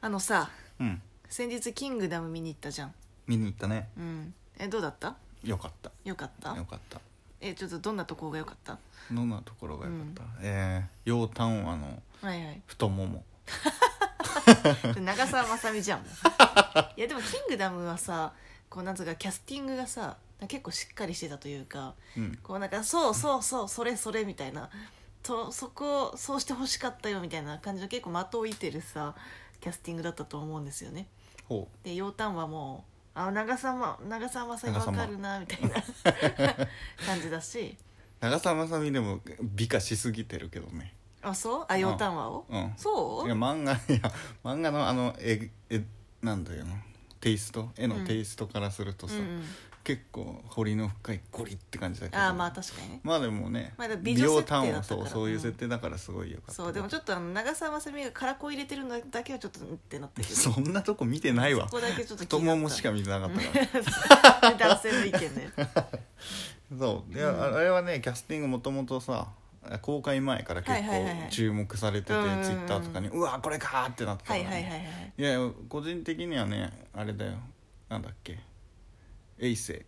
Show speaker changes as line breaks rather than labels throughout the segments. あのさ
うん
先日「キングダム」見に行ったじゃん
見に行ったね
うんえどうだった
よかった
よかった
よかった
えちょっとどんなとこがよかった
どんなところがよかった、えー、楊端和の
はいはい
太もも
で 長澤まさみじゃんいやでも「キングダム」はさこうなんつうかキャスティングがさ結構しっかりしてたというか
うん
こうなんかそうそうそうそれそれみたいなとそこをそうしてほしかったよみたいな感じの結構的を射てるさキャスティングだったと思うんですよね
ほう
で「陽炭」はもう「あ長さま長さまさにわかるな」み たいな感じだし
長澤まさみでも美化しすぎてるけどね
あそうあ陽炭はを、
うん
そう
いや漫画いや漫画のあの絵絵なんだよなテイスト絵のテイストからするとさ、
うんうん
結構彫りの深いゴリって感じだけど
あーまあ確かにね
まあでもね、
まあでも美女設定だったから
美容端はそうそういう
うん
設定だからすごいよかったけど、
そうでもちょっとあの長澤まさみがカラコン入れてるのだけはちょっとうんってなった けど
そんなとこ見てないわ
そこだけちょっと気
太
になっ
も
た
もしか見てなかったから
うん男性の意見ね
そういや、ああれはねキャスティングもともとさ公開前から結
はいはいはいは
構
い
注目されてて、
うんうんうん
ツイッターとかに「うわこれか!」ってなってたか
は
ら
いはい
ね、
はいはいはい
いや個人的にはねあれだよなんだっけエイセ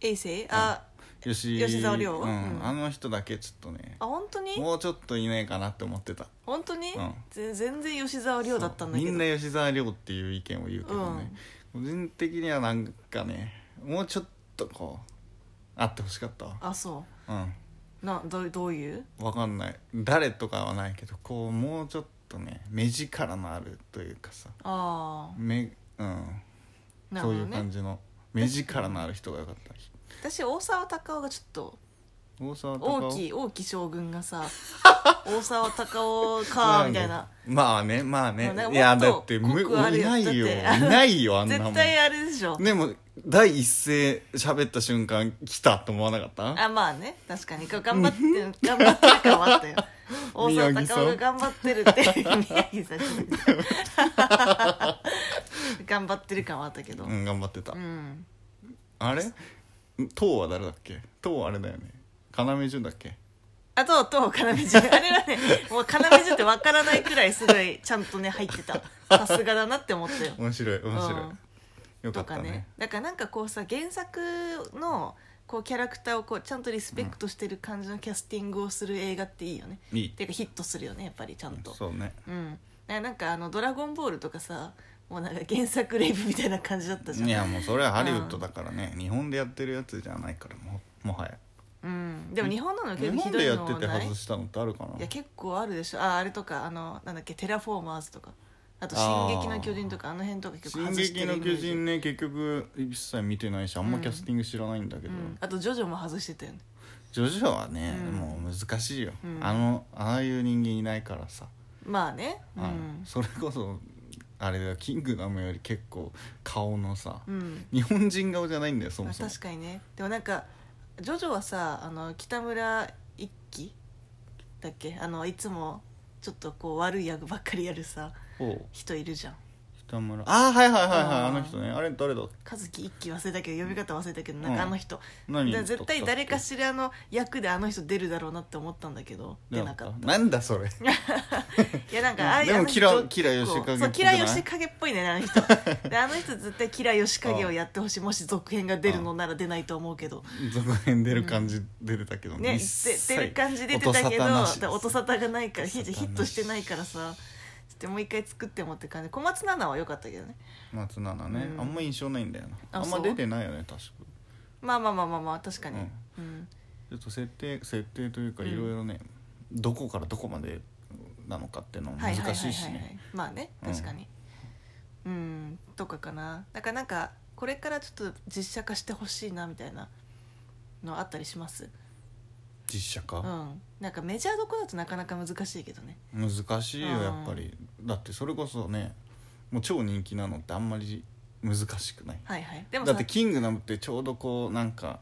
衛星あ
イ吉
吉沢亮
う
う
ん
ん
あの人だけちょっとね
あ本当に
もうちょっといないかなって思ってた
本当に、
うん
ぜ全然吉沢亮だったんだけど
そうみんな吉沢亮っていう意見を言うけどね、個人的にはなんかねもうちょっとこうあってほしかったわ
あそ
うん
うなどうどういう
わかんない誰とかはないけどこうもうちょっとね目力のあるというかさ
あ
目うん
あなる
そ
ほ
う
ど
いう
ね
感じの目力のある人がよかった
私大沢たかおがちょっと
大沢たかお
大きい大きい将軍が さ大沢たかおかみたいな
まあねまあね
まあなんかもっと
いやだって
濃
むい
くあるよ
ないよい
だって
ないよあんなも
絶
ん
対あれでしょ
でも第一声喋った瞬間来たと思わなか った
あまあね確か にこう頑張ってる頑張ってる感はあったよ大
宮
沢た
城さん
かおが頑張ってるって宮 城さん頑張ってる感はあったけど
うん頑張ってた、
うん
あれ唐は誰だっけ唐あれだよね要潤だっけ
あと、と、要潤。あれはね、もう要潤ってわからないくらいすごいちゃんとね、入ってた。さすがだなって思ったよ。
面白い面白い、
うん
よか
と
った
か
ね
ね。だからなんかこうさ、原作のこうキャラクターをこうちゃんとリスペクトしてる感じのキャスティングをする映画っていいよね。
いい
ていうかヒットするよね、やっぱりちゃんと。
そうね
うん。だからなんかあの、ドラゴンボールとかさ、もうなんか原作レイブみたいな感じだったじゃん。
いやもうそれはハリウッドだからね、日本でやってるやつじゃないからももはや
うん。でも日本なの
日
結構ひ
本
ど
で
い
や
の
ってて
ない
外したのってあるかない
や結構あるでしょああれとかあのなんだっけ「テラフォーマーズ」とかあと「進
あー
撃の巨人」とかあの辺とか結構
進
外して
撃
る
の
イメー
巨
ジ
人ね結局一切見てないしあんまキャスティング知らないんだけ
う
ど、
ん、あと「ジョジョ」も外してたよね
ジョジョはね、
うん
もう難しいよ、
うん
あのああいう人間いないからさ、
まあねう
あの
ん、
それこそあれだよキングダムより結構顔のさ、
うん
日本人顔じゃないんだよそ
ま
も
あ、
そも
確かにねでもなんか「ジョジョ」はさあの北村一輝だっけあのいつもちょっとこう悪い役ばっかりやるさ
ほう
人いるじゃん
北村ああはいはいはいはい
あー
あの人ねあれ誰だ
和樹一輝忘れたけど呼び方忘れたけどなんかあの人、
何
だから絶対誰か
し
しらの役であの人出るだろうなって思ったんだけど出なかった
なんだそれ
いやなんかああいう
でも
あの人
キラ
結構
キラヨシカゲっぽく
そ
な
う
い
キラヨシカゲっぽいねあの人であの人絶対キラヨシカゲをやってほしいもし続編が出るのなら出ないと思うけど
続編出る感じ出てたけど
ね
一
で
切
出る感じ出てたけど
音沙汰な
音
しです
沙汰がないから
音
ヒ
沙汰なし
ットしてないからさちょっともう一回作ってもって感じ小松菜奈は良かったけどね
松菜奈ね、
うん
あんま印象ないんだよな
あ
あんま
そう
出てないよね確か
まあまあまあまあまあ確かに
うん
うん
ちょっと設定設定というか
うん
いろいろね、どこからどこまでなのかっていうのは
はい
難
はいはい
しい
は
し
いは
ね
いまあね確かにうんとかかなだからなんかこれからちょっと実写化してほしいなみたいなのあったりします
実写
う
化、
ん、なんかメジャーどこだとなかなか難しいけどね
難しいよ
うん
やっぱりだってそれこそねもう超人気なのってあんまり難しくない
はいはいでも
だ
さ
って「キングダム」ってちょうどこうなんか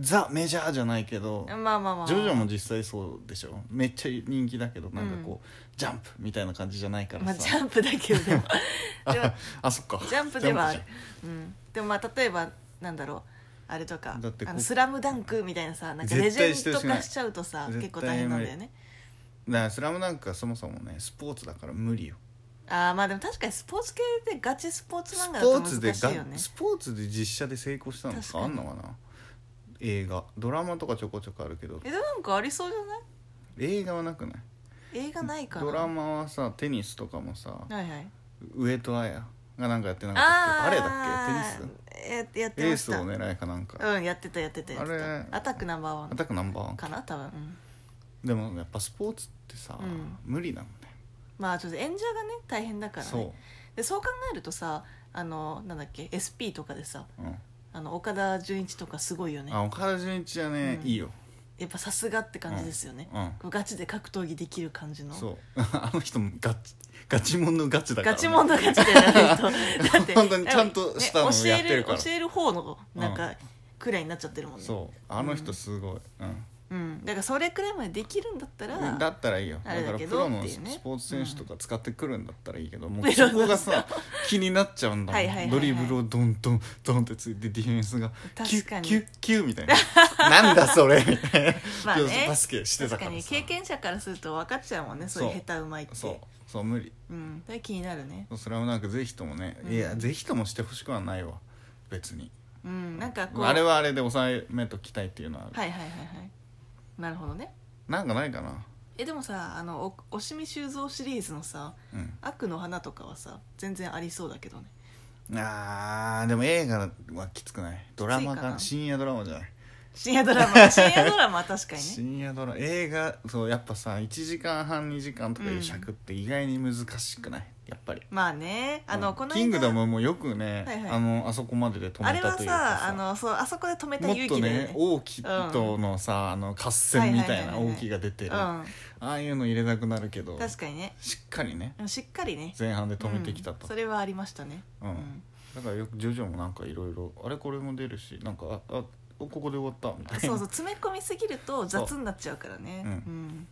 ザ・メジャーじゃないけど、
まあまあまあ
ジョジョも実際そうでしょめっちゃ人気だけどなんかこう、
うん
ジャンプみたいな感じじゃないから
まあ、ジャ
さ、
ンプだけどで もでも
ああそっか
ジャンプではあ
ジ
る
ャンプ、
うん、でもまあ例えばなんだろうあれとか
だってこ
あ
う
のスラムダンクみたいなさなんかレ
絶
ジェ
対して
ン
ほ
ド
しくない
化しちゃうとさ
絶対
結構大変なんだよね
だから「スラムダンクはそもそもねスポーツだから無理よ
あーまあでも確かにスポーツ系でガチスポーツ
ス
漫画だ
ポ
と
ーツで
難しいよね
がスポーツで実写で成功したのと
確か
か
に
あんのかな映画ドラマとかちょこちょこあるけど
えでもなんかありそうじゃない
映画はなくない
映画ないかな
ドラマはさテニスとかもさ
はいはい
上戸彩がなんかやってなかったっ
あ
け
ー
あれだっけテニス
えやって
エー
まし
ス
た
を狙いかなんか、
うんやってたやってたやって
あれ
たアタックナンバーワ
ア
ン
タックナンバーワン
かな多分、うん
でもやっぱスポーツってさ、
うん
無理なのね
まあちょっと演者がね大変だからね
そ
でそう考えるとさあのなんだっけ SP とかでさ
う、うん
あの岡田准一とかすごいよね
あ岡田准一はね、
うん
いいよ
やっぱさすがって感じですよね、
うん
こうガチで格闘技できる感じの
そう あの人もガチガチモンのガチだから、
ガ
ね、
チもんのガチでやらないとだって
本当にちゃんとした の
ね教え
やってるから
教える方のなんか、くらいになっちゃってるもんね
そうあの人すごい、うん
うん、だからそれくらいまでできるんだったら
だったらいいよ
あ
だ
れ
か
だ
ら
け
プ
ど
ロの
っていうね
スポーツ選手とか使ってくるんだったらいいけど、も
プ
う
ロの
そこがさ気になっちゃうんだもん
はいはいはいはい
ドリブルをドンドンドンってついてディフェンスがキュ
確か
ッ
に
キュッキュッみたいななんだそれみたいな、
まあね
要するにバスケしてた
確
か
からに
さ
経験者からすると分かっちゃうもんねそういう
そう
下手うまいって
そうそう無理
うん、それ気になるね
それはなんかぜひともね、
うん
いやぜひともしてほしくはないわ別に
うんなんかこう
あれはあれで抑えめときたいっていうのはある、
はいはいはいはいなるほどね
なんかないかな
えでもさあのお押見修造シリーズのさ
うん
「悪の花」とかはさ全然ありそうだけどね
あーでも映画はきつくないドラマ
きつい
か
かな
深夜ドラマじゃない
深夜ドラ マ深夜ドラマは確かにね
深夜ドラマ映画そうやっぱさ1時間半2時間とかいう尺って意外に難しくない、やっぱり
まあねあの、
うん
この間
キングダムもよくね、
はいはい
あのあそこまでで止
あ
め
れ
た
は
というか
さあのそうあそこで止めた
もっ
勇
と
気だよ
ね
ね
王毅とのさ、あの合戦みたい
はいはい
な
はいはい
王毅が出てる、
う
ああいうの入れなくなるけど
ん、確かにね
しっかりね
しっかりね
前半で止めてきた
うん
と、
それはありましたね
うんだからよくジョジョもなんかいろいろあれこれも出るしなんかああここで終わったみたいな
そうそう詰め込みすぎると雑になっちゃうからね、
そううん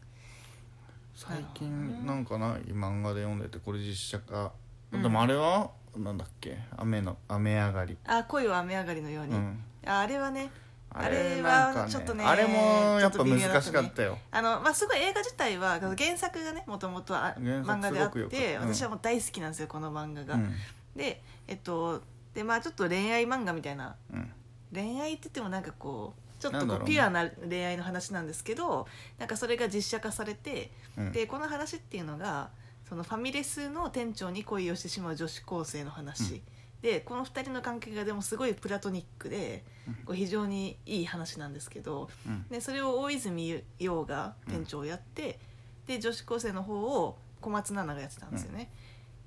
最
なるほど
近
ね
なんかない漫画で読んでてこれ実写化、
うん
でもあれはなんだっけ雨の雨上がり、
あ恋は雨上がりのよう
う
に、
ん、
ああれはね
あ
あ
れ
れ
な
は
んか、ね、
ちょっとね
あれもやっ
ちょっと
ぱ難しか
微妙だ
っ
った
よ、
あのまあ、すごい映画自体は原作がねもともとあ
原作
漫画であっ
すごくよかってたうん
私はもう大好きなんですよこの漫画
う
が。
ん
でえっとでまあちょっと恋愛漫画みたいな
うん、
恋愛って言ってもなんかこうちょっ
な
と
んだ
こ
ろ
う
うね
ピュアな恋愛の話なんですけどなんかそれが実写化されて
うん
でこの話っていうのがそのファミレスの店長に恋をしてしまう女子高生の話、
うん
でこの2人の関係がでもすごいプラトニックで
うん
こう非常にいい話なんですけど
うん
でそれを大泉洋が店長をやって、で女子高生の方を小松菜奈がやってたんですよね。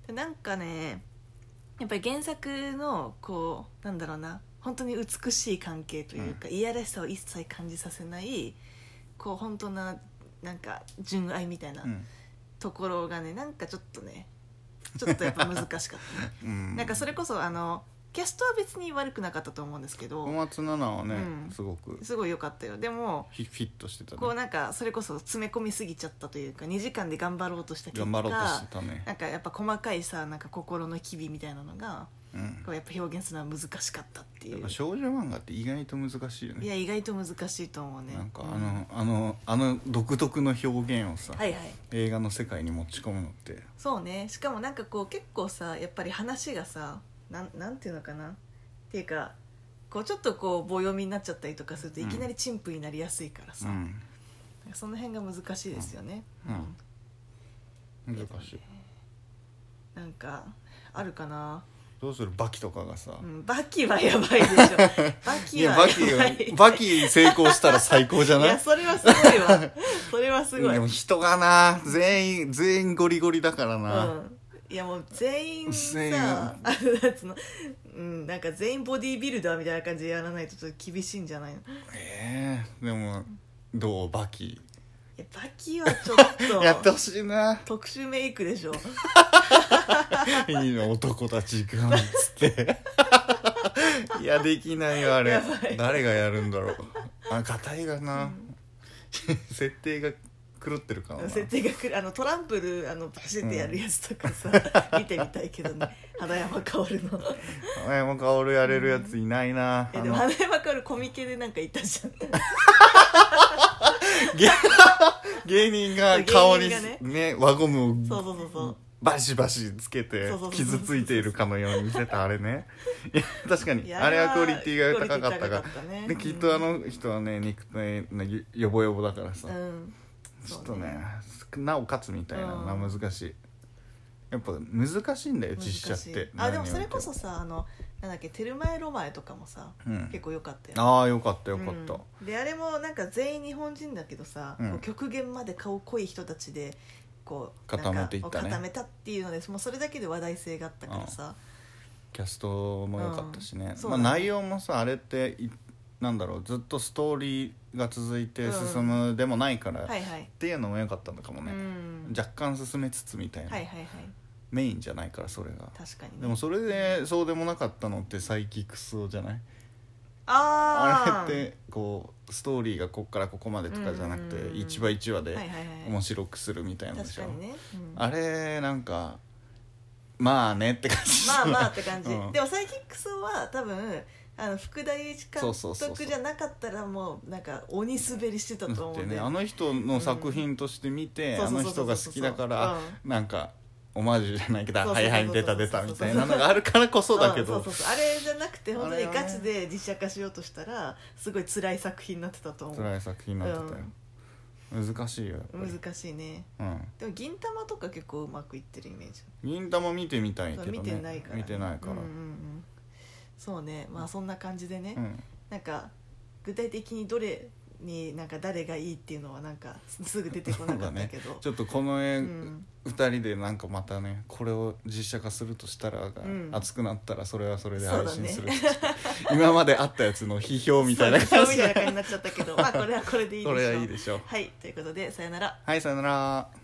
でなんかねやっぱり原作のこうなんだろうな本当に美しい関係というか、いやらしさを一切感じさせないこう本当ななんか純愛みたいな
うん
ところがねなんかちょっとねちょっとやっぱ難しかったね
うん、
なんかそれこそあのキャストは別に悪くなかったと思うんですけど
小松菜奈はね、
うん
すごく
すごい良かったよでも
フィフィットしてた
こう
ね
なんかそれこそ詰め込みすぎちゃったというか2時間で頑張ろうとした結
頑張ろうとし
果
てたね
なんかやっぱ細かいさなんか心の機微みたいなのが
うん
こうやっぱ表現するのは難しかったってい
やっ
う
ぱ少女漫画って意外と難しいよね
いや意外と難しいと思うね
なんか
う
あの、あのあの独特の表現をさ、
はいはい
映画の世界に持ち込むのって
そうねしかもなんかこう結構さやっぱり話がさなんなんていうのかなっていうかこうちょっとこう棒読みになっちゃったりとかすると
う
い
ん
きなり陳腐になりやすいからさ、
うん
なんかその辺が難しいですよね、
うん難しい
なんかあるかな、
どうするバキとかがさ、
うん、バキはやばいでしょ バ
い
キ
や
は
バキ
やばい
バキ成功したら最高じゃ
い
ない
やそれはすごいわそれはすごい、
で
う
も
ん、
人がな全員全員ゴリゴリだからな、
いやもう全員さ
全員
あのなんつうのうんなんか全員ボディービルダーみたいな感じでやらないとちょっと厳しいんじゃないの
ええでもどうバキ
いやバキはちょっと
やってほしいな
特殊メイクで しょ
いいの男たち行くなんつって いやできないよあれ
やばい
誰がやるんだろうあ硬いがな、設定が狂ってるからな
設定がくるあのトランプルあのパシッてやるやつとか さ、見てみたいけどね花山薫の
青山薫やれるやついないな、
え
あ
でも
の
花山薫コミケでなんかいたじゃん
芸人が顔に
芸人がね
ね輪ゴムを
そうそうそうそう
バシバシつけて
そうそうそうそう
傷ついているかのように見せたあれねいや確かに
いや
あれはクオリティが高かった
クオリティ
が
高かったね
できっとあの人はね肉体のよぼよぼだからさ、
うん
ちょっ
そ
と
う
ねなおかつみたいなのが
うん
難しいやっぱ難しいんだよ
難しい
実写って
あでもそれこそ
何を
さあのなんだっけ「テルマエ・ロマエ」とかもさ、
うん
結構良かったよね
ああよかったよかった、
うんであれもなんか全員日本人だけどさ、
うん
こう極限まで顔濃い人たちでこう
固めていっ
な
たね
んか固めたっていうのでもうそれだけで話題性があったからさ、
キャストも良かったしね
うん、そう
ま
だ
あ、
ね
内容もさあれっていなんだろうずっとストーリーが続いて進むでもないから、
は
っ
いはい、
ていうのも良かったのかも
う
ね、
ん
若干進めつつみたいな、
はいはいはい
メインじゃないからそれが
確かにね、
でもそれでそうでもなかったのってサイキクスオじゃないあ
あー
れってこうストーリーがこっからここまでとかじゃなく
うんうんうん
て一話一話で
はいはいはい
面白くするみたいなで
確
し
か
ょ、
にね、うん
あれなんかまあねって感じ
まあまあって感じ、
うん
でもサイキックスは多分あの福田栄一監
そうそうそうそ
督
う
じゃなかったらもうなんか鬼滑りしてたと
だっ
思う
て
んで、
ねあの人の作品として見て、
うん
あの人が好きだから
そうそうそうそう
なんかオマージュじゃないけど
そう
「
そうそうそ
はい
う
はい出た出た」みたいなのがあるからこそだけ
うん
ど
そうそうそうあれじゃなくて本当に
あれはね
ガチで実写化しようとしたらすごい辛い作品になってたと思う
辛い作品になってたよ、難しいよやっぱり、
難しいね
うん、
でも銀玉とか結構うまくいってるイメージ
銀玉見てみたいけど、ね、
見てないから、
見てないから
うんうんうんそうねまあそんな感じでね、
うん
なんか具体的にどれになんか誰がいいっていうのはなんかすぐ出てこなかったけど、
ちょっとこの絵、
うん
2人でなんかまたねこれを実写化するとしたらが、
うん
熱くなったらそれはそれで
そう
配
だ
信
ね
するとして、 今まであったやつの批評みたいな
そう
感
み
じ
たいな
で
感じになっちゃったけどまあこれはこれでいいでしょ
こ
う
れはいいでしょう
はいということでさよなら
はいさよなら